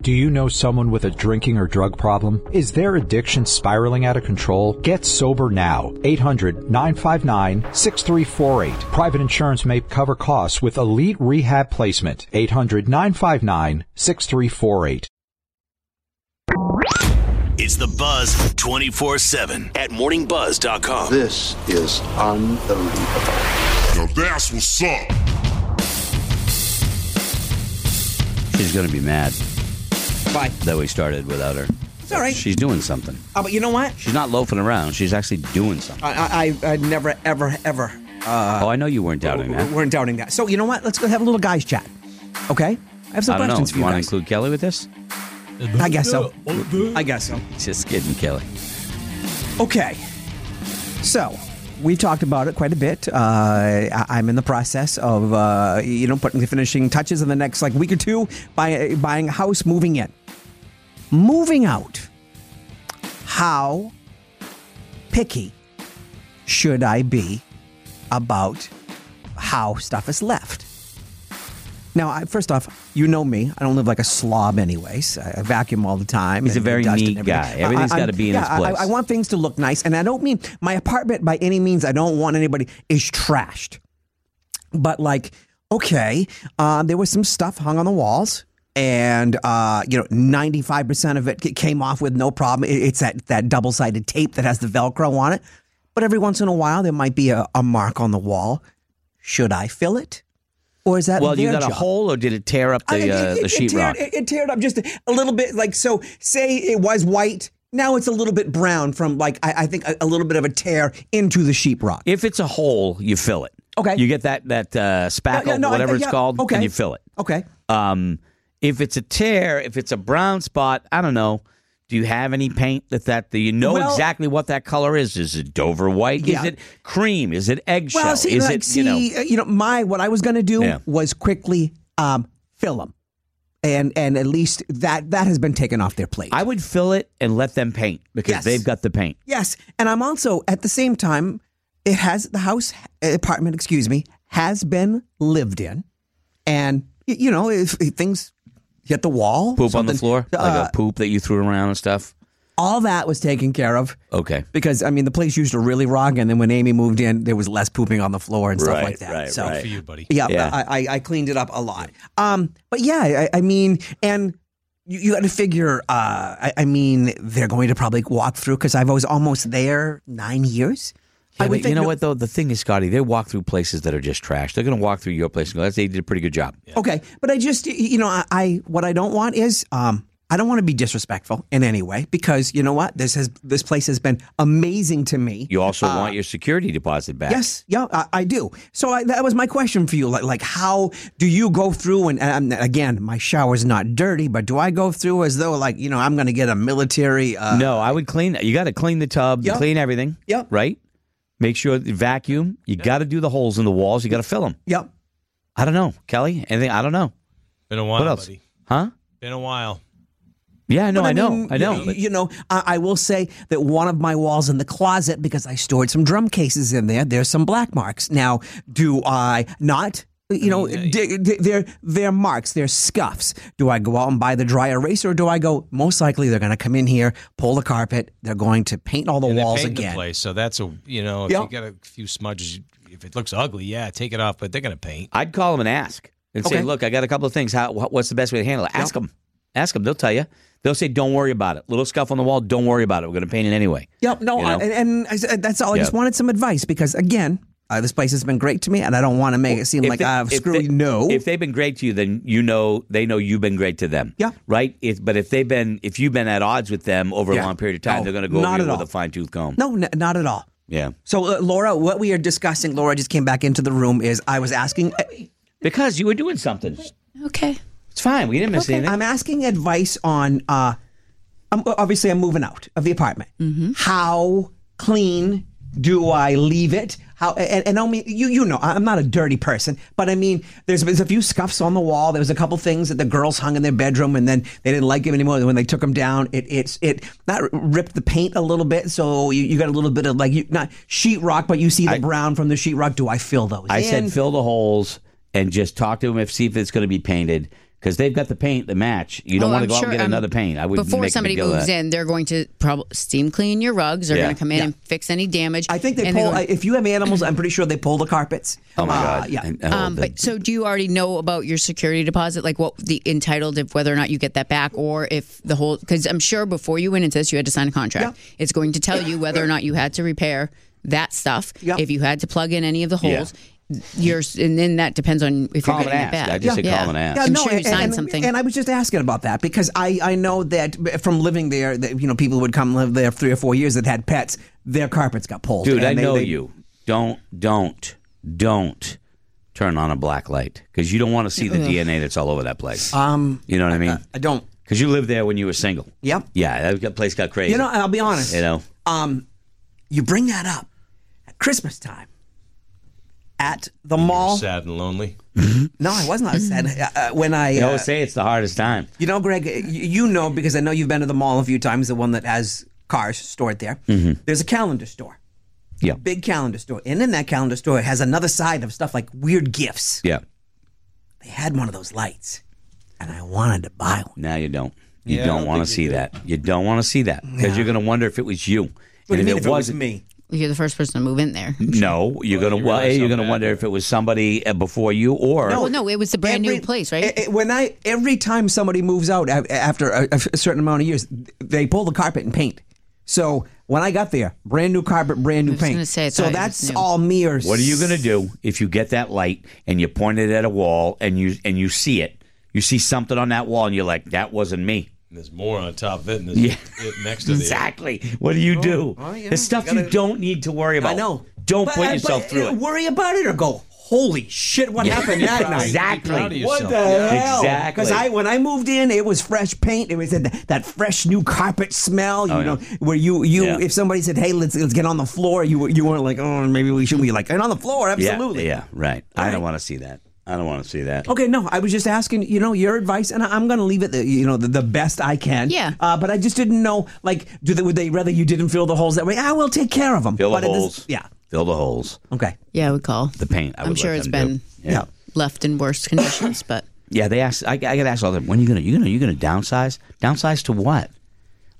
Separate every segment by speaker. Speaker 1: Do you know someone with a drinking or drug problem? Is their addiction spiraling out of control? Get sober now. 800 959 6348. Private insurance may cover costs with elite rehab placement. 800 959 6348.
Speaker 2: It's the Buzz 24 7 at morningbuzz.com.
Speaker 3: This is unbelievable.
Speaker 4: Now that's what's up.
Speaker 5: She's going to be mad
Speaker 6: Bye.
Speaker 5: that we started without her.
Speaker 6: It's all right.
Speaker 5: She's doing something.
Speaker 6: Uh, but you know what?
Speaker 5: She's not loafing around. She's actually doing something.
Speaker 6: I, I, I I'd never, ever, ever
Speaker 5: oh, I know you weren't doubting that.
Speaker 6: weren't doubting that. So you know what? Let's go have a little guys chat. Okay? I have some
Speaker 5: I don't know.
Speaker 6: questions
Speaker 5: You
Speaker 6: for
Speaker 5: want to
Speaker 6: you guys.
Speaker 5: include Kelly with this?
Speaker 6: I guess so. I guess so.
Speaker 5: Just kidding, Kelly.
Speaker 6: Okay. So we've talked about it quite a bit. Uh, I- I'm in the process of uh, you know putting the finishing touches in the next like week or two by buying a house, moving in, moving out. How picky should I be about how stuff is left? Now, I, first off, you know me. I don't live like a slob, anyways. I I vacuum all the time.
Speaker 5: He's a
Speaker 6: and
Speaker 5: very
Speaker 6: dust and
Speaker 5: neat
Speaker 6: everything.
Speaker 5: guy. Everything's
Speaker 6: I- I-
Speaker 5: gotta be in
Speaker 6: yeah,
Speaker 5: its
Speaker 6: I- I-
Speaker 5: place.
Speaker 6: I, want things to look nice, and I don't mean my apartment by any means. I don't want anybody is trashed, but like, okay, uh, there was some stuff hung on the walls. And uh, you know, ninety-five percent of it c- came off with no problem. It- It's that that double-sided tape that has the Velcro on it. But every once in a while, there might be a, a mark on the wall. Should I fill it, or is that
Speaker 5: Well, you
Speaker 6: their
Speaker 5: got a
Speaker 6: job?
Speaker 5: hole, or did it tear up
Speaker 6: I-
Speaker 5: the uh,
Speaker 6: it,
Speaker 5: the
Speaker 6: it, it teared,
Speaker 5: sheetrock?
Speaker 6: it, it teared up just a little bit. Like so, say it was white. Now it's a little bit brown from like I, I think a, a little bit of a tear into the sheetrock.
Speaker 5: If it's a hole, you fill it.
Speaker 6: Okay.
Speaker 5: You get that that uh, spackle,
Speaker 6: Yeah, yeah, no, I-
Speaker 5: whatever
Speaker 6: yeah,
Speaker 5: it's called,
Speaker 6: okay.
Speaker 5: and you fill it.
Speaker 6: Okay,
Speaker 5: Um, if it's a tear, if it's a brown spot, I don't know. Do you have any paint that that, that you know
Speaker 6: Well-
Speaker 5: exactly what that color is? Is it Dover white?
Speaker 6: Yeah.
Speaker 5: Is it cream? Is it eggshell?
Speaker 6: well, see,
Speaker 5: is
Speaker 6: like,
Speaker 5: it
Speaker 6: see,
Speaker 5: you know?
Speaker 6: uh, you know, my what I was gonna do
Speaker 5: Yeah.
Speaker 6: was quickly um, fill them, and and at least that that has been taken off their plate.
Speaker 5: I would fill it and let them paint because
Speaker 6: Yes.
Speaker 5: they've got the paint.
Speaker 6: Yes, and I'm also at the same time. It has the house eh, apartment, excuse me, has been lived in, and y- you know if, if things hit the wall,
Speaker 5: Poop on the
Speaker 6: something,
Speaker 5: floor,
Speaker 6: uh,
Speaker 5: like a poop that you threw around and stuff.
Speaker 6: all that was taken care of.
Speaker 5: Okay.
Speaker 6: Because I mean, the place used to really rock, and then when Amy moved in, there was less pooping on the floor and stuff
Speaker 5: Right,
Speaker 6: like that.
Speaker 5: right,
Speaker 6: so,
Speaker 5: right. For
Speaker 7: you, buddy.
Speaker 6: Yeah,
Speaker 5: Yeah.
Speaker 6: I, I, I cleaned it up a lot. Um, but yeah, I, I mean, and you, you got to figure. Uh, I, I mean, they're going to probably walk through because I was almost there nine years. I
Speaker 5: Yeah,
Speaker 6: would
Speaker 5: but
Speaker 6: think
Speaker 5: you know
Speaker 6: no-
Speaker 5: what though? The thing is, Scotty, they walk through places that are just trash. They're going to walk through your place and go, "That's they did a pretty good job."
Speaker 6: Okay, but I just y- you know I, I what I don't want is um I don't want to be disrespectful in any way because you know what this has this place has been amazing to me.
Speaker 5: You also want your security deposit back.
Speaker 6: Uh, Yes, yeah, I, I do. So I, that was my question for you. Like, like, how do you go through? And, and again, my shower's not dirty, but do I go through as though, like, you know, I'm going to get a military? Uh,
Speaker 5: No, I would clean. You got to clean the tub,
Speaker 6: Yep.
Speaker 5: clean everything.
Speaker 6: Yep.
Speaker 5: Right. Make sure the vacuum. You got to do the holes in the walls. You got to fill them.
Speaker 6: Yep.
Speaker 5: I don't know, Kelly. Anything? I don't know.
Speaker 7: Been a while,
Speaker 5: What else?
Speaker 7: buddy.
Speaker 5: Huh?
Speaker 7: Been a while.
Speaker 5: Yeah. No,
Speaker 6: But
Speaker 5: I, know.
Speaker 6: mean,
Speaker 5: I know.
Speaker 6: You,
Speaker 5: but-
Speaker 6: you know, I, I will say that one of my walls in the closet because I stored some drum cases in there. There's some black marks. Now, do I not? You know, dig- dig- they're they're marks, they're scuffs. Do I go out and buy the dry eraser, or do I go? Most likely, they're going to come in here, pull the carpet, they're going to paint all the
Speaker 7: And they
Speaker 6: walls
Speaker 7: paint the
Speaker 6: again.
Speaker 7: place, so that's a you know if
Speaker 6: Yeah.
Speaker 7: you got a few smudges, if it looks ugly, yeah, take it off. But they're gonna paint.
Speaker 5: I'd call them and ask and say,
Speaker 6: Okay.
Speaker 5: "Look, I got a couple of things. How? wh- What's the best way to handle it? Ask them. Ask them. They'll tell you. They'll say, "Don't worry about it. Little scuff on the wall. Don't worry about it. We're going to paint it anyway."
Speaker 6: Yep. No,
Speaker 5: You know?
Speaker 6: I, and, and I, said- that's all. I just
Speaker 5: Yeah.
Speaker 6: wanted some advice because, again, uh, this place has been great to me, and I don't want to make it seem
Speaker 5: If
Speaker 6: like
Speaker 5: they-
Speaker 6: uh,
Speaker 5: if
Speaker 6: screw
Speaker 5: they-
Speaker 6: you. No.
Speaker 5: If they've been great to you, then you know they know you've been great to them.
Speaker 6: Yeah.
Speaker 5: Right. If, but if they've been if you've been at odds with them over
Speaker 6: Yeah.
Speaker 5: a long period of time,
Speaker 6: No,
Speaker 5: they're going to go over
Speaker 6: not at
Speaker 5: you with
Speaker 6: all.
Speaker 5: a fine tooth comb.
Speaker 6: no, n- not at all.
Speaker 5: Yeah.
Speaker 6: So, uh, Laura, what we are discussing, Laura just came back into the room. Is I was asking,
Speaker 5: Because you were doing something.
Speaker 8: Okay.
Speaker 5: It's fine. We didn't miss anything.
Speaker 6: eh, I'm asking advice on. Uh, I'm, obviously, I'm moving out of the apartment. How clean do I leave it? how and, and I mean you you know I'm not a dirty person, but I mean there's, there's a few scuffs on the wall. There was a couple things that the girls hung in their bedroom, and then they didn't like them anymore. And when they took them down, it it's it not ripped the paint a little bit, so you, you got a little bit of like you not sheetrock, but you see the brown from the sheetrock. Do I fill those?
Speaker 5: I
Speaker 6: in?
Speaker 5: said fill the holes and just talk to them if see if it's going to be painted because they've got the paint the match. You don't
Speaker 8: Oh,
Speaker 5: want to
Speaker 8: I'm
Speaker 5: go out
Speaker 8: sure-
Speaker 5: and get
Speaker 8: I'm-
Speaker 5: another paint. I would
Speaker 8: Before somebody moves in, they're going to probably steam clean your rugs. They're
Speaker 5: Yeah.
Speaker 8: going to come in
Speaker 6: Yeah.
Speaker 8: and fix any damage.
Speaker 6: I think they
Speaker 8: and they're
Speaker 6: pull.
Speaker 8: going-
Speaker 6: if you have animals, I'm pretty sure they pull the carpets.
Speaker 5: Oh my
Speaker 6: Uh,
Speaker 5: god!
Speaker 6: yeah.
Speaker 5: And, oh,
Speaker 8: Um,
Speaker 5: the-
Speaker 8: but so, do you already know about your security deposit, like what the entitled, if whether or not you get that back, or if the whole? Because I'm sure before you went into this, you had to sign a contract. It's going to tell you whether or not you had to repair that stuff.
Speaker 6: Yeah.
Speaker 8: If you had to plug in any of the holes, you're, and then that depends on if
Speaker 5: Call and
Speaker 8: you're getting it
Speaker 5: ask.
Speaker 8: back.
Speaker 5: I just said call and ask.
Speaker 8: I'm sure you
Speaker 6: and-
Speaker 8: signed
Speaker 6: and,
Speaker 8: something.
Speaker 6: And I was just asking about that because I, I know that from living there, that, you know, people would come live there three or four years that had pets. Their carpets got pulled.
Speaker 5: dude,
Speaker 6: and
Speaker 5: I
Speaker 6: they-
Speaker 5: know
Speaker 6: they-
Speaker 5: you. Don't, don't, don't turn on a black light because you don't want to see the DNA that's all over that place. Um, you know what I mean?
Speaker 6: I don't.
Speaker 5: Because you lived there when you were single.
Speaker 6: Yep.
Speaker 5: Yeah, that place got crazy.
Speaker 6: You know, I'll be honest.
Speaker 5: you know.
Speaker 6: You bring that up at Christmas time at the mall.
Speaker 7: Sad and lonely.
Speaker 6: No, I was not sad uh, when I.
Speaker 5: They
Speaker 6: uh,
Speaker 5: always say it's the hardest time.
Speaker 6: You know, Greg, y- you know because I know you've been to the mall a few times, the one that has cars stored there.
Speaker 5: Mm-hmm.
Speaker 6: There's a calendar store,
Speaker 5: Yeah.
Speaker 6: big calendar store. And in that calendar store, it has another side of stuff like weird gifts.
Speaker 5: Yeah.
Speaker 6: They had one of those lights, and I wanted to buy one.
Speaker 5: Now you don't. You
Speaker 7: Yeah, I
Speaker 5: don't
Speaker 7: don't
Speaker 5: want
Speaker 7: think
Speaker 5: to
Speaker 7: you
Speaker 5: see
Speaker 7: do.
Speaker 5: that. You don't want to see that because you're going to wonder if it was you.
Speaker 6: What do you
Speaker 5: and
Speaker 6: mean
Speaker 5: if it wasn't,
Speaker 6: me?
Speaker 8: you're the first person to move in there.
Speaker 5: No, you're gonna.
Speaker 7: you
Speaker 5: Well,
Speaker 7: realize
Speaker 5: A, you're
Speaker 7: how
Speaker 5: gonna
Speaker 7: bad
Speaker 5: wonder
Speaker 7: it
Speaker 5: if it was somebody uh, before you, or
Speaker 8: Well, no, it was the brand new place, right?
Speaker 6: I- I- when I every time somebody moves out a- after a, a certain amount of years, they pull the carpet and paint. So when I got there, brand new carpet, brand new
Speaker 8: was
Speaker 6: paint.
Speaker 8: gonna say, I
Speaker 6: so
Speaker 8: thought it was
Speaker 6: that's
Speaker 8: new.
Speaker 6: all mere.
Speaker 5: what are you gonna do if you get that light and you point it at a wall and you and you see it, you see something on that wall and you're like, that wasn't me.
Speaker 7: And there's more on top of it, and there's it next to the
Speaker 5: Exactly. What do you do?
Speaker 6: oh, yeah,
Speaker 5: There's stuff
Speaker 6: you gotta-
Speaker 5: you don't need to worry about.
Speaker 6: I know.
Speaker 5: Don't
Speaker 6: But-
Speaker 5: put
Speaker 6: but,
Speaker 5: yourself through
Speaker 6: uh,
Speaker 5: it.
Speaker 6: Worry about it or go. Holy shit! What happened that night?
Speaker 5: Exactly.
Speaker 7: proud of
Speaker 6: What
Speaker 7: yourself.
Speaker 6: the hell?
Speaker 5: Exactly.
Speaker 6: Because I when I moved in, it was fresh paint. It was that, that fresh new carpet smell. You
Speaker 5: Oh, yeah.
Speaker 6: know, where you you
Speaker 5: Yeah.
Speaker 6: if somebody said, "Hey, let's let's get on the floor," you were- you weren't like, "Oh, maybe we shouldn't." Be like, "And on the floor,
Speaker 5: Yeah,
Speaker 6: absolutely."
Speaker 5: Yeah. Right. I
Speaker 6: Right.
Speaker 5: don't want to see that. I don't want to see that.
Speaker 6: Okay, no, I was just asking, you know, your advice, and I- I'm going to leave it, the, you know, the, the best I can.
Speaker 8: Yeah.
Speaker 6: Uh, but I just didn't know, like, do they, would they rather you didn't fill the holes that way? I will take care of them.
Speaker 5: Fill
Speaker 6: but
Speaker 5: the
Speaker 6: it is-
Speaker 5: holes.
Speaker 6: yeah.
Speaker 5: Fill the holes.
Speaker 6: Okay.
Speaker 8: yeah, I would call
Speaker 5: The paint. I
Speaker 8: I'm
Speaker 5: would
Speaker 8: sure
Speaker 5: let
Speaker 8: it's
Speaker 5: them do.
Speaker 8: been
Speaker 6: Yeah.
Speaker 8: left in worse conditions, but
Speaker 5: Yeah, they ask. I, I get asked all the time. When are you gonna you gonna you gonna downsize? Downsize to what?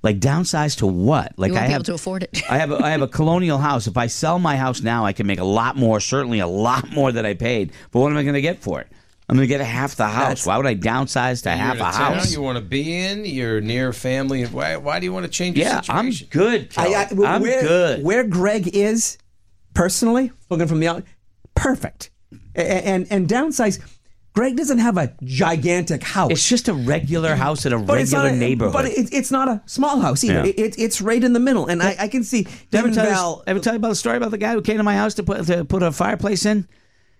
Speaker 5: Like downsize to what? Like
Speaker 8: you won't
Speaker 5: I
Speaker 8: be
Speaker 5: have
Speaker 8: able to afford it.
Speaker 5: I have a, I have a colonial house. If I sell my house now, I can make a lot more. Certainly a lot more than I paid. But what am I gonna get for it? I'm gonna get half the house. Why would I downsize to half
Speaker 7: You're
Speaker 5: a
Speaker 7: in town
Speaker 5: house?
Speaker 7: You want to be in. You're near family. and Why? Why do you want to change?
Speaker 5: Yeah,
Speaker 7: your
Speaker 5: I'm
Speaker 7: situation?
Speaker 5: good. Kel.
Speaker 6: I, I,
Speaker 5: I'm
Speaker 6: where,
Speaker 5: good.
Speaker 6: Where Greg is, personally, looking from the out, perfect. A- a- And and, downsize, Greg doesn't have a gigantic house.
Speaker 5: it's just a regular house in a
Speaker 6: but it's
Speaker 5: regular
Speaker 6: not a,
Speaker 5: neighborhood.
Speaker 6: But it, it's not a small house either.
Speaker 5: Yeah.
Speaker 6: It, it, it's right in the middle, and I, I can see
Speaker 5: Did I
Speaker 6: Devin
Speaker 5: ever tell you-
Speaker 6: Val.
Speaker 5: ever tell you about the story about the guy who came to my house to put to put a fireplace in?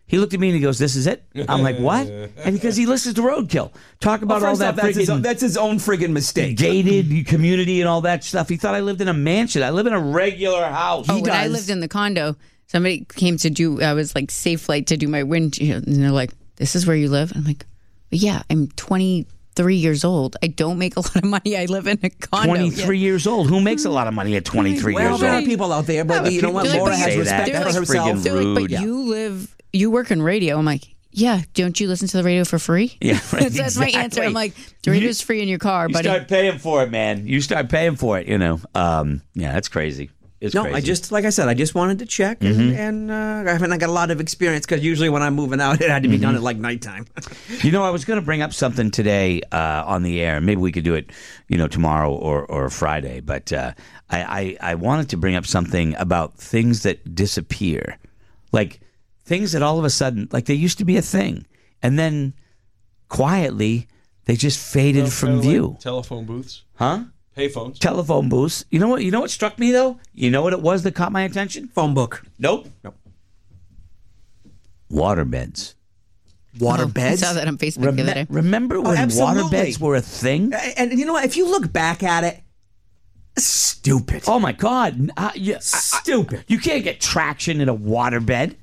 Speaker 5: He looked at me and he goes, "This is it." I'm like, "What?" And because he listens to Roadkill, talk about all
Speaker 6: First
Speaker 5: that
Speaker 6: off, that's his,
Speaker 5: friggin'
Speaker 6: own, that's his own friggin' mistake.
Speaker 5: gated community and all that stuff. He thought I lived in a mansion. I live in a regular house.
Speaker 8: Oh, when I lived in the condo, somebody came to do. I was like safe flight to do my windshield, and they're like, "This is where you live." I'm like, "Yeah, I'm 23 years old. I don't make a lot of money. I live in a condo."
Speaker 5: 23 years old. Who makes a lot of money at 23
Speaker 6: Well,
Speaker 5: years
Speaker 6: there are
Speaker 5: old?
Speaker 6: people out there, but you know what?
Speaker 8: They're like,
Speaker 6: Laura
Speaker 8: "But
Speaker 6: has
Speaker 8: you-
Speaker 6: respect
Speaker 8: they're
Speaker 6: for
Speaker 8: like-
Speaker 6: herself.
Speaker 8: They're like, "But
Speaker 5: rude."
Speaker 8: you live, you work in radio." I'm like, "Yeah, don't you listen to the radio for free?"
Speaker 5: Yeah, right,
Speaker 8: that's, that's my answer. I'm
Speaker 5: exactly.
Speaker 8: like, "The radio's free in your car,
Speaker 5: You
Speaker 8: buddy."
Speaker 5: start paying for it, man. You start paying for it. You know. Um, yeah, that's crazy. It's
Speaker 6: No,
Speaker 5: crazy. Mm-hmm.
Speaker 6: I just like I said, I just wanted to check, and, and uh, I haven't I got a lot of experience because usually when I'm moving out, it
Speaker 5: Mm-hmm.
Speaker 6: had to be done at like nighttime.
Speaker 5: You know, I was going to bring up something today uh, on the air. Maybe we could do it, you know, tomorrow or, or Friday. But uh, I, I, I wanted to bring up something about things that disappear. Like things that all of a sudden, like they used to be a thing. And then quietly, they just faded from
Speaker 7: Kinda like
Speaker 5: view.
Speaker 7: telephone booths,
Speaker 5: Huh?
Speaker 7: payphones.
Speaker 5: Telephone booths. You know what? You know what struck me though? You know what it was that caught my attention?
Speaker 6: Phone book,
Speaker 5: Nope. Nope. Waterbeds.
Speaker 6: water
Speaker 8: Oh, I
Speaker 6: beds.
Speaker 8: saw that on Facebook the other day.
Speaker 5: Remember when
Speaker 6: Oh, absolutely. Eh.
Speaker 5: waterbeds were a thing?
Speaker 6: And, and you know what? If you look back at it, Stupid.
Speaker 5: Oh my God! Uh, you, I- I-
Speaker 6: Stupid.
Speaker 5: you can't get traction in a waterbed.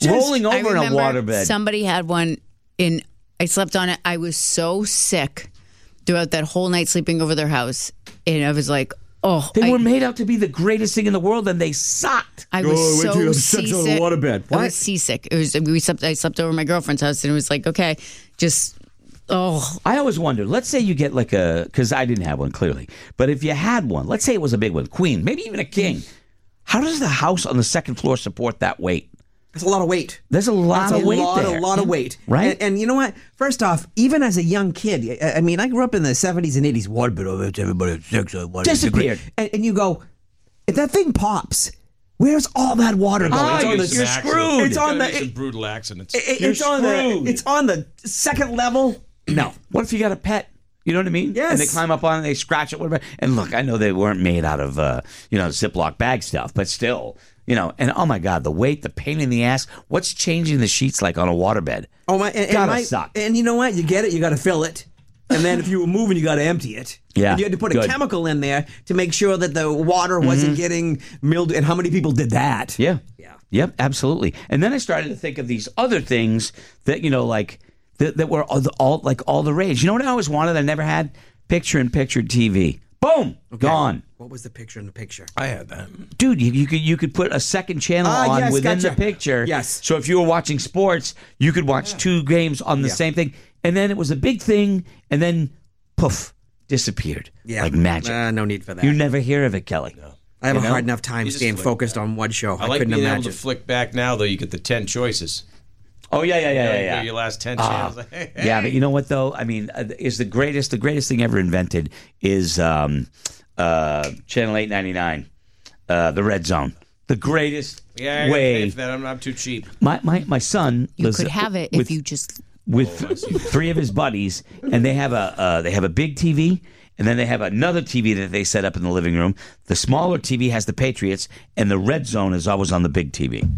Speaker 6: Just-
Speaker 5: Rolling
Speaker 8: I
Speaker 5: over in a
Speaker 8: remember
Speaker 5: waterbed.
Speaker 8: Somebody had one in. I slept on it. I was so sick throughout that whole night sleeping over their house, and I was like, oh,
Speaker 5: they
Speaker 8: I,
Speaker 5: were made out to be the greatest thing in the world, and they sucked.
Speaker 8: I was
Speaker 6: Oh, I went
Speaker 8: so
Speaker 6: to- I slept
Speaker 8: seasick.
Speaker 6: on a waterbed.
Speaker 8: I
Speaker 6: What?
Speaker 8: was seasick. It was we slept. I slept over at my girlfriend's house, and it was like, okay, just oh,
Speaker 5: I always wonder. Let's say you get like a because I didn't have one clearly, but if you had one, let's say it was a big one, queen, maybe even a king. How does the house on the second floor support that weight?
Speaker 6: That's a lot of weight.
Speaker 5: There's a lot
Speaker 6: That's
Speaker 5: of weight
Speaker 6: a lot,
Speaker 5: there.
Speaker 6: a lot of weight,
Speaker 5: Right?
Speaker 6: And, and you know what? First off, even as a young kid, I, I mean, I grew up in the seventies and eighties. Waterbed over it's everybody it's sex uh, on waterbed.
Speaker 5: Disappeared.
Speaker 6: and, and you go, if that thing pops, where's all that water going?
Speaker 5: Ah,
Speaker 6: It's on
Speaker 5: you're-
Speaker 6: the-
Speaker 5: you're screwed.
Speaker 6: It's on
Speaker 7: Be
Speaker 6: the.
Speaker 7: some
Speaker 6: it-
Speaker 7: brutal accidents.
Speaker 6: it-
Speaker 5: You're
Speaker 6: it's on the.
Speaker 5: screwed.
Speaker 6: It's on the second level. No.
Speaker 5: What if you got a pet? You know what I mean?
Speaker 6: Yes.
Speaker 5: And they climb up on it, they scratch it, whatever. And look, I know they weren't made out of uh, you know Ziploc bag stuff, but still, you know. And oh my God, the weight, the pain in the ass. What's changing the sheets like on a waterbed?
Speaker 6: Oh my! And, and,
Speaker 5: Gotta
Speaker 6: my-
Speaker 5: suck.
Speaker 6: and you know what? You get it. You got to fill it, and then if you were moving, you got to empty it.
Speaker 5: Yeah,
Speaker 6: And you had to put a
Speaker 5: good. Mm-hmm.
Speaker 6: chemical in there to make sure that the water wasn't getting mildew. And how many people did that?
Speaker 5: Yeah.
Speaker 6: Yeah.
Speaker 5: Yep. Absolutely. And then I started to think of these other things that you know, like that, that were all, the- all like all the rage. You know what I always wanted? I never had picture in picture TV. Boom, gone,
Speaker 6: What was the picture in the picture?
Speaker 7: I had that.
Speaker 5: dude. You, you could you could put a second channel
Speaker 6: Ah,
Speaker 5: on
Speaker 6: yes,
Speaker 5: within the
Speaker 6: gotcha.
Speaker 5: picture.
Speaker 6: Yes.
Speaker 5: So if you were watching sports, you could watch two games on the same thing, and then it was a big thing, and then poof, disappeared.
Speaker 6: Yeah.
Speaker 5: Like magic.
Speaker 6: Uh, no need for that.
Speaker 5: You never hear of it, Kelly.
Speaker 6: I have
Speaker 5: you
Speaker 6: a
Speaker 5: know?
Speaker 6: hard enough time
Speaker 7: You just
Speaker 6: staying
Speaker 7: flick
Speaker 6: focused on one show. I,
Speaker 7: I like
Speaker 6: couldn't
Speaker 7: being
Speaker 6: imagine.
Speaker 7: able to flick back now, though. You get the ten choices.
Speaker 5: Oh yeah, yeah, yeah, yeah.
Speaker 7: You know,
Speaker 5: yeah.
Speaker 7: Your last ten channels.
Speaker 5: Yeah, but you know what though? I mean, uh, is the greatest the greatest thing ever invented is um, uh, Channel Eight Ninety Nine, uh, the Red Zone. The greatest
Speaker 7: yeah, I gotta pay
Speaker 5: way.
Speaker 7: for that. I'm not too cheap.
Speaker 5: My, my my son
Speaker 8: you
Speaker 5: lives
Speaker 8: could have it
Speaker 5: with,
Speaker 8: if you just.
Speaker 5: with three of his buddies, and they have a uh, they have a big TV, and then they have another TV that they set up in the living room. The smaller TV has the Patriots, and the Red Zone is always on the big TV.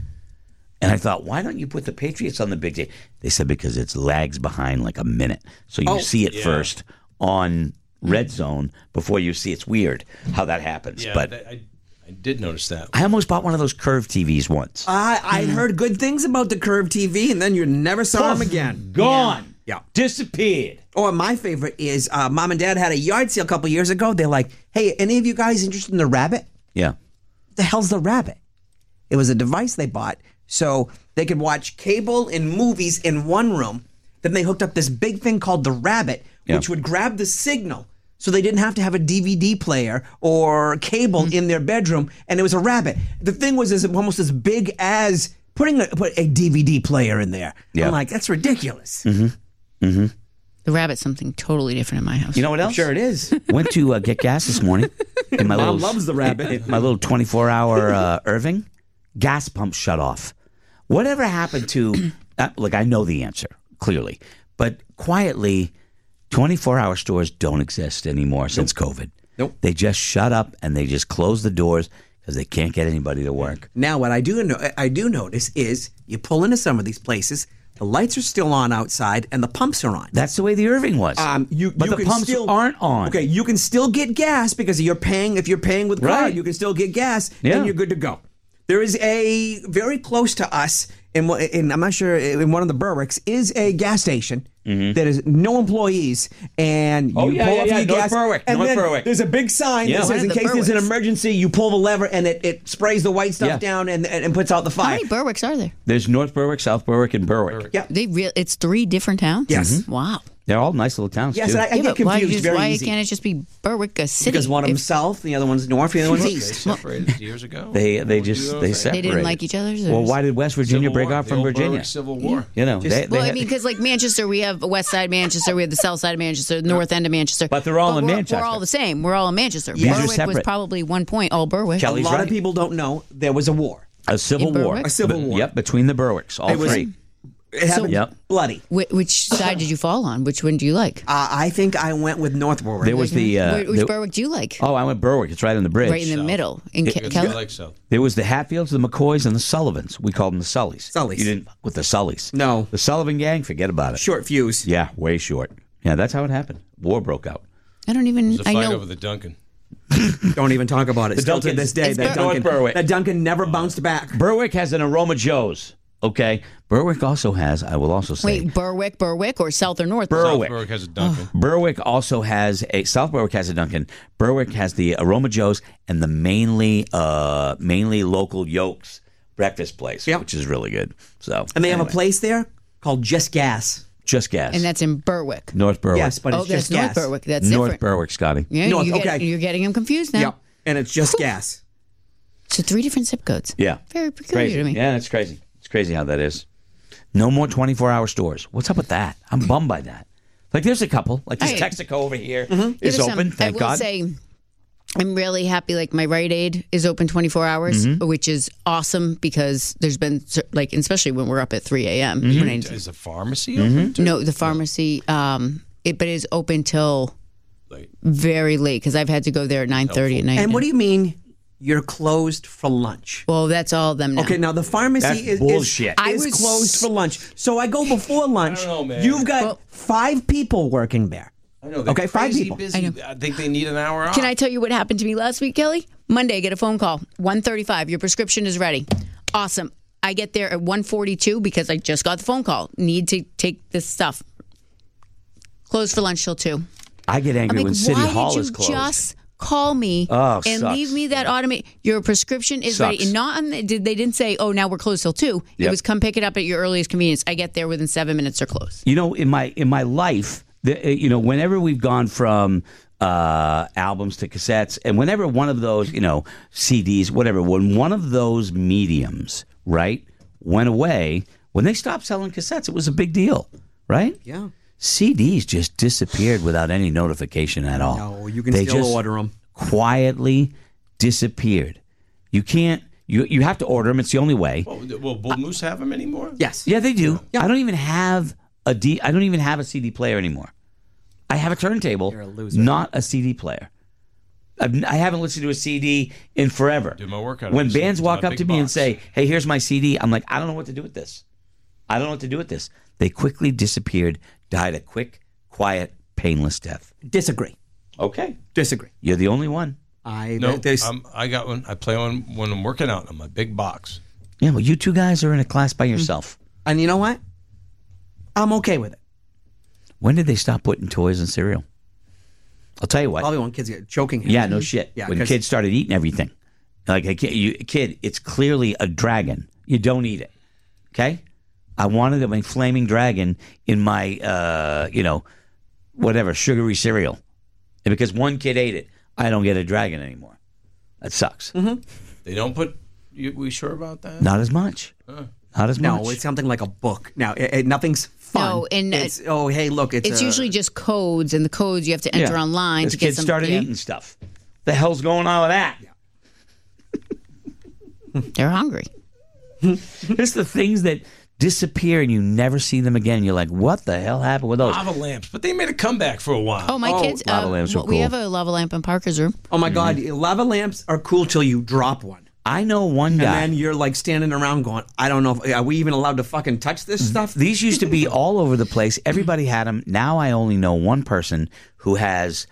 Speaker 5: And I thought, why don't you put the Patriots on the big TV? They said because it lags behind like a minute, so you see it first on Red Zone before you see. It's weird how that happens,
Speaker 7: Yeah,
Speaker 5: but.
Speaker 7: that- I, I did notice that.
Speaker 5: I almost bought one of those curved TVs once.
Speaker 6: I, I heard good things about the Curve TV, and then you never saw them
Speaker 5: Hmm. Poof,
Speaker 6: again.
Speaker 5: Gone.
Speaker 6: Yeah.
Speaker 5: Disappeared.
Speaker 6: Or my favorite is uh, mom and dad had a yard sale a couple years ago. They're like, "Hey, any of you guys interested in the rabbit?
Speaker 5: Yeah.
Speaker 6: the hell's the rabbit? It was a device they bought so they could watch cable and movies in one room. Then they hooked up this big thing called the rabbit,
Speaker 5: Yeah.
Speaker 6: which would grab the signal. So they didn't have to have a DVD player or cable
Speaker 5: Mm-hmm.
Speaker 6: in their bedroom, and it was a rabbit. The thing was as, almost as big as putting a, put a DVD player in there.
Speaker 5: Yeah. Mm-hmm.
Speaker 6: I'm like, that's ridiculous.
Speaker 8: The rabbit something totally different in my house.
Speaker 5: You know what else?
Speaker 6: Sure, it is.
Speaker 5: Went to uh, get gas this morning. And my
Speaker 6: Mom
Speaker 5: little,
Speaker 6: loves the rabbit.
Speaker 5: My little 24 hour uh, Irving gas pump shut off. Whatever happened to, uh, look, I know the answer clearly, but quietly, 24 hour stores don't exist anymore since COVID.
Speaker 6: Nope.
Speaker 5: They just shut up and they just close the doors because they can't get anybody to work.
Speaker 6: Now, what I do know, I do notice is you pull into some of these places, the lights are still on outside, and the pumps are on.
Speaker 5: That's the way the Irving was.
Speaker 6: Um, you,
Speaker 5: but
Speaker 6: you
Speaker 5: the
Speaker 6: can
Speaker 5: pumps
Speaker 6: still,
Speaker 5: aren't on.
Speaker 6: Okay, you can still get gas because you're paying. If you're paying with card,
Speaker 5: Right.
Speaker 6: you can still get gas,
Speaker 5: Yeah.
Speaker 6: and you're good to go. There is a very close to us, in, wha- in I'm not sure in one of the Berwicks is a gas station that is no employees, and
Speaker 5: Mm-hmm. Oh,
Speaker 6: you
Speaker 5: yeah,
Speaker 6: pull
Speaker 5: yeah,
Speaker 6: up
Speaker 5: yeah,
Speaker 6: your
Speaker 5: North
Speaker 6: gas.
Speaker 5: Berwick,
Speaker 6: and
Speaker 5: North
Speaker 6: then
Speaker 5: Berwick.
Speaker 6: There's a big sign
Speaker 5: Yeah.
Speaker 6: that
Speaker 5: One
Speaker 6: says,
Speaker 8: of
Speaker 6: in
Speaker 8: the
Speaker 6: case there's an
Speaker 8: Berwicks.
Speaker 6: emergency, you pull the lever and it, it sprays the white stuff
Speaker 5: Yeah.
Speaker 6: down and, and, and puts out the
Speaker 8: how
Speaker 6: fire.
Speaker 8: many Berwicks are there?
Speaker 5: There's North Berwick, South Berwick, and Berwick.
Speaker 8: They real. It's three different towns.
Speaker 6: Yes. Mhm.
Speaker 8: Wow.
Speaker 5: They're all nice little towns.
Speaker 6: yes,
Speaker 5: too.
Speaker 6: and I, I
Speaker 8: Yeah,
Speaker 6: get
Speaker 8: but why,
Speaker 6: confused
Speaker 8: just,
Speaker 6: very
Speaker 8: why
Speaker 6: easy
Speaker 8: can't it just be Berwick a city?
Speaker 6: because one of
Speaker 8: if
Speaker 6: them's south, the other one's north, and the other one's
Speaker 7: Look,
Speaker 6: east.
Speaker 7: They separated years ago.
Speaker 5: They they
Speaker 7: Don't do
Speaker 5: just
Speaker 7: those
Speaker 5: they
Speaker 7: things.
Speaker 8: They
Speaker 5: separated.
Speaker 8: didn't like each other's, or
Speaker 5: Well,
Speaker 8: just-
Speaker 5: why did West Virginia
Speaker 7: Civil
Speaker 5: break
Speaker 7: War,
Speaker 5: off
Speaker 7: the
Speaker 5: from
Speaker 7: old
Speaker 5: Virginia?
Speaker 7: Berwick Civil War.
Speaker 5: You know, they, they
Speaker 8: Well, I
Speaker 5: had-
Speaker 8: mean, because like Manchester, we have a West Side Manchester, we have the South Side of Manchester, the North End of Manchester.
Speaker 5: But they're all in
Speaker 8: we're,
Speaker 5: Manchester.
Speaker 8: We're all the same. We're all in Manchester.
Speaker 5: are
Speaker 8: Berwick was
Speaker 5: separate.
Speaker 8: probably one point all Berwick.
Speaker 5: Kelly-
Speaker 6: a
Speaker 5: He's
Speaker 6: lot
Speaker 5: right.
Speaker 6: of people don't know there was a war.
Speaker 5: a civil
Speaker 8: in
Speaker 5: war,
Speaker 8: Berwick? A
Speaker 6: civil
Speaker 5: Be-
Speaker 6: war.
Speaker 5: Yep, between the Berwicks, all
Speaker 6: It was-
Speaker 5: three.
Speaker 6: It happened
Speaker 5: Yep.
Speaker 6: bloody.
Speaker 8: Wh- which side did you fall on? Which one do you like?
Speaker 6: Uh, I think I went with North Berwick.
Speaker 5: There was the uh,
Speaker 8: Wh- which
Speaker 5: the-
Speaker 8: Berwick do you like?
Speaker 5: Oh, I went Berwick. It's right on the bridge.
Speaker 8: right in the middle. In Ke-
Speaker 7: Because
Speaker 8: Kelly,
Speaker 7: I like so.
Speaker 5: There was the Hatfields, the McCoys, and the Sullivans. We called them the Sullys.
Speaker 6: Sullys.
Speaker 5: You didn't fuck with the Sullys.
Speaker 6: No.
Speaker 5: The Sullivan gang. Forget about it.
Speaker 6: short fuse.
Speaker 5: Yeah, way short. Yeah, that's how it happened. War broke out.
Speaker 8: I don't even.
Speaker 7: The
Speaker 8: I
Speaker 7: fight
Speaker 8: know.
Speaker 7: over the Duncan.
Speaker 6: Don't even talk about it. Still to
Speaker 5: Dunkin'-
Speaker 6: this day,
Speaker 8: It's
Speaker 6: that
Speaker 8: Bur-
Speaker 5: North
Speaker 6: Duncan,
Speaker 5: Berwick.
Speaker 6: that Duncan never bounced back.
Speaker 5: Berwick has an Aroma Joe's. Okay, Berwick also has. I will also say
Speaker 8: Wait, Berwick, Berwick, or South or North?
Speaker 5: Berwick.
Speaker 7: Berwick has a Dunkin'.
Speaker 5: Berwick also has a South Berwick has a Dunkin'. Berwick has the Aroma Joe's and the mainly uh mainly local Yolks breakfast place,
Speaker 6: Yep.
Speaker 5: which is really good. So
Speaker 6: And they have
Speaker 5: anyway,
Speaker 6: a place there called Just Gas.
Speaker 5: Just gas.
Speaker 8: And that's in Berwick.
Speaker 5: North Berwick.
Speaker 6: Yes, but
Speaker 8: oh,
Speaker 6: it's
Speaker 8: that's
Speaker 6: Just Gas.
Speaker 8: North Berwick. That's
Speaker 5: North
Speaker 8: different.
Speaker 5: Berwick, Scotty.
Speaker 8: Yeah,
Speaker 6: North,
Speaker 8: you
Speaker 6: okay.
Speaker 8: are getting them confused now.
Speaker 6: Yep. And it's Just Gas.
Speaker 8: So three different zip codes.
Speaker 5: Yeah.
Speaker 8: Very peculiar
Speaker 5: Crazy.
Speaker 8: to me.
Speaker 5: Yeah, that's crazy. It's crazy how that is. No more 24 hour stores. What's up with that? I'm bummed by that. Like, there's a couple. Like, there's
Speaker 8: Hey.
Speaker 5: Texaco over here.
Speaker 8: Give
Speaker 6: Mm-hmm.
Speaker 5: It's
Speaker 8: us some.
Speaker 5: open. Thank
Speaker 8: I will
Speaker 5: God.
Speaker 8: say, I'm really happy. Like my Rite Aid is open 24 hours, which is awesome because there's been cer- like, especially when we're up at 3 a.m. When I-
Speaker 7: Is the pharmacy
Speaker 5: Mm-hmm.
Speaker 7: open? too?
Speaker 8: no, the pharmacy, um, it but it is open till
Speaker 7: Late.
Speaker 8: very late because I've had to go there at 9:30 at night.
Speaker 6: And what do you mean you're closed for lunch?
Speaker 8: well, that's all of them now.
Speaker 6: Okay, now the pharmacy
Speaker 5: That's
Speaker 6: is,
Speaker 5: bullshit.
Speaker 8: I
Speaker 6: is, is
Speaker 8: was-
Speaker 6: closed for lunch. So I go before lunch.
Speaker 7: know, man.
Speaker 6: You've got
Speaker 8: Well-
Speaker 6: five people working there.
Speaker 7: I know, they're
Speaker 6: Okay, five
Speaker 7: crazy
Speaker 6: people.
Speaker 7: busy.
Speaker 8: I
Speaker 7: I,
Speaker 8: know.
Speaker 7: think they need an hour off.
Speaker 8: Can I tell you what happened to me last week, Kelly? Monday, I get a phone call. 135, your prescription is ready. Awesome. I get there at 142 because I just got the phone call. Need to take this stuff. Closed for lunch till 2.
Speaker 5: I get
Speaker 8: I'm
Speaker 5: angry
Speaker 8: like,
Speaker 5: when City
Speaker 8: why
Speaker 5: Hall
Speaker 8: did you
Speaker 5: is closed.
Speaker 8: just call me
Speaker 5: Oh,
Speaker 8: and
Speaker 5: sucks.
Speaker 8: leave me that automate? Your prescription is ready.
Speaker 5: Sucks.
Speaker 8: And not on the, did they didn't say, oh, now we're closed till 2. It
Speaker 5: Yep.
Speaker 8: was come pick it up at your earliest convenience. I get there within 7 minutes or close.
Speaker 5: you know in my in my life the, uh, you know whenever we've gone from uh, albums to cassettes and whenever one of those you know cds whatever when one of those mediums right went away when they stopped selling cassettes it was a big deal right
Speaker 6: Yeah.
Speaker 5: cds just disappeared without any notification at all
Speaker 6: No, you can
Speaker 5: They
Speaker 6: still
Speaker 5: just
Speaker 6: order 'em.
Speaker 5: quietly disappeared you can't you, you have to order them it's the only way
Speaker 7: Oh, Well, will Bull Moose have them anymore?
Speaker 6: Yes.
Speaker 5: yeah, they do. I don't even have a D. I don't even have a CD player anymore. I have a turntable,
Speaker 6: You're a loser.
Speaker 5: not a CD player. I've, I haven't listened to a CD in forever.
Speaker 7: Do my workout
Speaker 5: When
Speaker 7: on a
Speaker 5: bands
Speaker 7: CD,
Speaker 5: walk
Speaker 7: not a
Speaker 5: up
Speaker 7: big
Speaker 5: to me and
Speaker 7: box.
Speaker 5: say, "Hey, here's my CD," I'm like, "I don't know what to do with this. I don't know what to do with this." They quickly disappeared, died a quick, quiet, painless death.
Speaker 6: Disagree.
Speaker 5: Okay,
Speaker 6: Disagree.
Speaker 5: you're the only one.
Speaker 6: I
Speaker 7: No,
Speaker 6: they- they-
Speaker 7: um, I got one. I play one when I'm working out on my big box.
Speaker 5: Yeah, well, you two guys are in a class
Speaker 6: Hmm.
Speaker 5: by yourself.
Speaker 6: and you know what? I'm okay with it.
Speaker 5: When did they stop putting toys in cereal? I'll tell you what.
Speaker 6: Probably when kids get choking.
Speaker 5: Yeah, no shit.
Speaker 6: Yeah,
Speaker 5: when
Speaker 6: 'cause-
Speaker 5: kids started eating everything, like a kid, you, kid, it's clearly a dragon. You don't eat it. Okay, I wanted a flaming dragon in my, uh, you know, whatever sugary cereal, and because one kid ate it, I don't get a dragon anymore. That sucks.
Speaker 7: They don't put. You, we sure about that?
Speaker 5: Not as much. Not as
Speaker 6: No,
Speaker 5: much.
Speaker 6: it's something like a book. Now, it, it- nothing's fun.
Speaker 8: No, and, uh,
Speaker 6: it's, oh, hey, look, it's,
Speaker 8: It's
Speaker 6: a-
Speaker 8: usually just codes, and the codes you have to enter online
Speaker 5: As
Speaker 8: to get
Speaker 5: kids
Speaker 8: some.
Speaker 5: started
Speaker 8: yeah.
Speaker 5: eating stuff. The hell's going on with that?
Speaker 8: They're hungry.
Speaker 5: It's the things that disappear and you never see them again. And you're like, what the hell happened with those?
Speaker 7: Lava lamps, but they made a comeback for a while.
Speaker 8: Oh, my kids.
Speaker 5: lava
Speaker 8: uh,
Speaker 5: lamps are
Speaker 8: well, We
Speaker 5: cool.
Speaker 8: have a lava lamp in Parker's room.
Speaker 6: Oh my God, lava lamps are cool till you drop one.
Speaker 5: I know one guy.
Speaker 6: And then you're like standing around going, I don't know, if, are we even allowed to fucking touch this stuff?
Speaker 5: These used to be all over the place. Everybody had them. Now I only know one person who has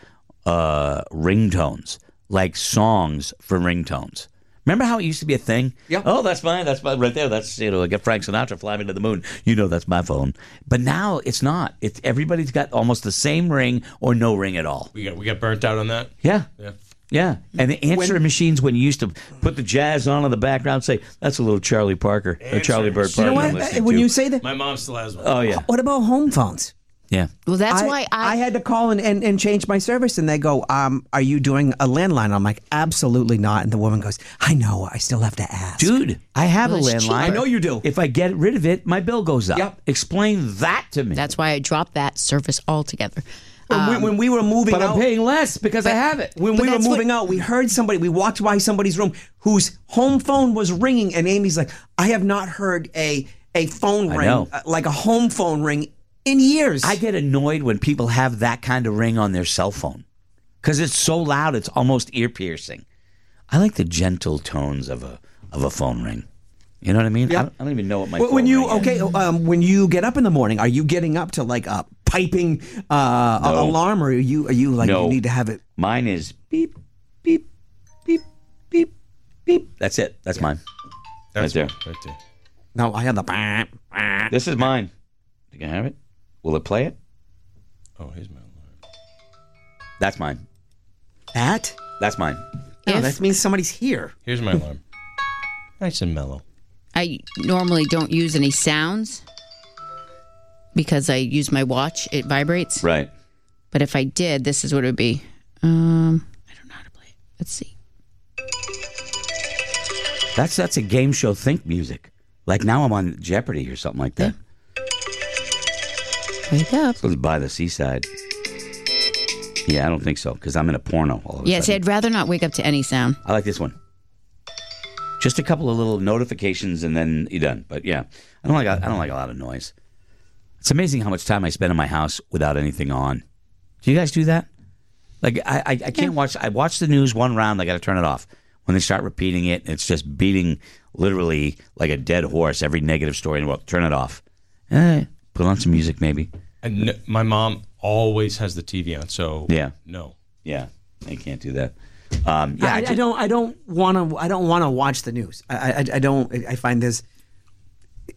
Speaker 5: uh, ringtones, like songs for ringtones. Remember how it used to be a thing?
Speaker 6: Yeah.
Speaker 5: Oh, that's mine. That's mine right there. That's you know, like a Frank Sinatra fly me to the moon. You know, that's my phone. But now it's not. It's everybody's got almost the same ring or no ring at all.
Speaker 7: We got we got burnt out on that.
Speaker 5: Yeah.
Speaker 7: Yeah.
Speaker 5: Yeah. And the answer machines when you used to put the jazz on in the background, say that's a little Charlie Parker, a Charlie Bird
Speaker 6: you
Speaker 5: Parker.
Speaker 6: know
Speaker 5: I'm
Speaker 6: what? Uh,
Speaker 5: listening
Speaker 6: When
Speaker 5: to.
Speaker 6: you say that,
Speaker 7: My mom still has one.
Speaker 5: oh yeah,
Speaker 6: what about home phones?
Speaker 5: yeah.
Speaker 8: Well, that's why I,
Speaker 6: had to call and, and, and change my service, and they go, um, Are you doing a landline? I'm like, Absolutely not. And the woman goes, I know, I still have to ask.
Speaker 5: Dude, I have
Speaker 8: Well,
Speaker 5: a
Speaker 8: it's cheaper.
Speaker 5: landline.
Speaker 8: I know
Speaker 6: you do.
Speaker 5: If I get rid of it, my bill goes up.
Speaker 6: Yep.
Speaker 5: Explain that to me.
Speaker 8: That's why I dropped that service altogether.
Speaker 6: When, we, when we were moving
Speaker 5: Um, but
Speaker 6: out,
Speaker 5: I'm paying less because I have it.
Speaker 6: when
Speaker 8: But
Speaker 6: we were
Speaker 8: that's what-
Speaker 6: moving out, we heard somebody. We walked by somebody's room whose home phone was ringing, and Amy's like, "I have not heard a a phone ring
Speaker 5: know.
Speaker 6: uh, like a home phone ring in years."
Speaker 5: I get annoyed when people have that kind of ring on their cell phone because it's so loud, it's almost ear piercing. I like the gentle tones of a of a phone ring. You know what I mean? I, don't, I don't even know what my
Speaker 6: Well,
Speaker 5: phone
Speaker 6: when you
Speaker 5: ring is.
Speaker 6: okay, um, when you get up in the morning, are you getting up to like a piping uh, a-
Speaker 5: No.
Speaker 6: alarm, or are you are you like
Speaker 5: No.
Speaker 6: you need to have it?
Speaker 5: Mine is beep beep Beep. That's it. That's mine.
Speaker 7: That's
Speaker 5: Right
Speaker 7: Right there.
Speaker 6: No, I had the. bah, bah.
Speaker 5: This is mine. You can have it. Will it play it?
Speaker 7: Oh, here's my.
Speaker 5: That's mine.
Speaker 6: That?
Speaker 5: That's mine.
Speaker 6: No,
Speaker 8: If-
Speaker 6: that means somebody's here.
Speaker 7: Here's my alarm. Nice and mellow.
Speaker 8: I normally don't use any sounds because I use my watch; it vibrates.
Speaker 5: Right.
Speaker 8: But if I did, this is what it would be. Um, I don't know how to play it. Let's see.
Speaker 5: That's that's a game show think music. Like now I'm on Jeopardy or something like that.
Speaker 8: Wake up.
Speaker 5: Goes by the seaside. Yeah, I don't think so because I'm in a porno. All of a
Speaker 8: Yeah, see,
Speaker 5: sudden.
Speaker 8: I'd rather not wake up to any sound.
Speaker 5: I like this one. Just a couple of little notifications and then you're done. But yeah, I don't like I don't like a lot of noise. It's amazing how much time I spend in my house without anything on. Do you guys do that? Like I I, I can't watch. I watch the news one round. I got to turn it off. When they start repeating it, it's just beating literally like a dead horse. Every negative story in the world. Turn it off. Eh, put on some music maybe.
Speaker 7: And n- my mom always has the TV on, so
Speaker 5: Yeah.
Speaker 7: no.
Speaker 5: Yeah, I can't do that. Um, yeah, I
Speaker 6: I, I
Speaker 5: ju-
Speaker 6: don't. I don't want to. I don't want to watch the news. I, I. I don't. I find this.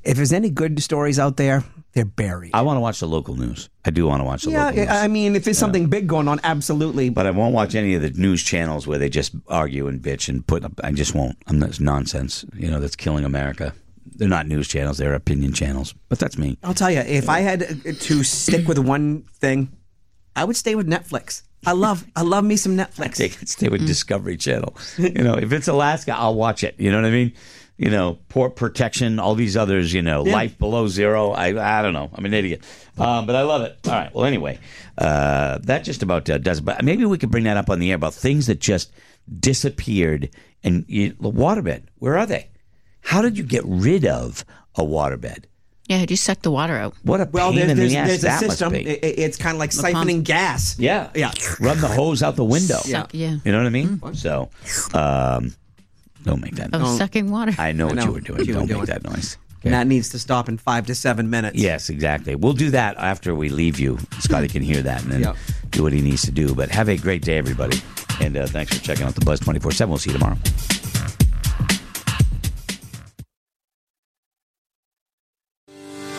Speaker 6: If there's any good stories out there, they're buried.
Speaker 5: I want to watch the local news. I do want to watch the
Speaker 6: yeah,
Speaker 5: local news.
Speaker 6: I I mean, if there's something big going on, absolutely. But
Speaker 5: but I won't watch any of the news channels where they just argue and bitch and put. up I just won't. I'm that's nonsense. You know, that's killing America. They're not news channels. They're opinion channels. But that's me.
Speaker 6: I'll tell you, if I had to stick with one thing, I would stay with Netflix. I love. I love me some Netflix.
Speaker 5: They can stay with
Speaker 6: Mm.
Speaker 5: Discovery Channel. You know, if it's Alaska, I'll watch it. You know what I mean? You know, Port Protection, all these others. You know, Life Below Zero. I I don't know. I'm an idiot, um, but I love it. All right. Well, anyway, uh, that just about uh, does. it. But maybe we could bring that up on the air about things that just disappeared and you, the waterbed. Where are they? How did you get rid of a waterbed?
Speaker 8: Yeah, I just suck the water out.
Speaker 5: What a
Speaker 6: Well,
Speaker 5: pain
Speaker 6: there's,
Speaker 5: in
Speaker 6: there's,
Speaker 5: the ass
Speaker 6: there's a
Speaker 5: that
Speaker 6: system.
Speaker 5: must be.
Speaker 6: I- I- it's kind of like
Speaker 8: pump.
Speaker 6: siphoning gas.
Speaker 5: yeah,
Speaker 6: Yeah.
Speaker 5: Run the hose out the window.
Speaker 8: Suck, yeah.
Speaker 5: You know what I mean?
Speaker 6: Mm-hmm.
Speaker 5: So, um, don't make that
Speaker 8: Of
Speaker 5: noise.
Speaker 8: sucking water.
Speaker 5: I know what
Speaker 6: Oh. know
Speaker 5: you were doing.
Speaker 6: what you were
Speaker 5: don't
Speaker 6: doing.
Speaker 5: make that noise.
Speaker 6: And that needs to stop in five to seven minutes.
Speaker 5: Yes, exactly. We'll do that after we leave you. Scotty can hear that and then
Speaker 6: Yeah.
Speaker 5: do what he needs to do. But have a great day, everybody. And uh, thanks for checking out the Buzz 24 7. We'll see you tomorrow.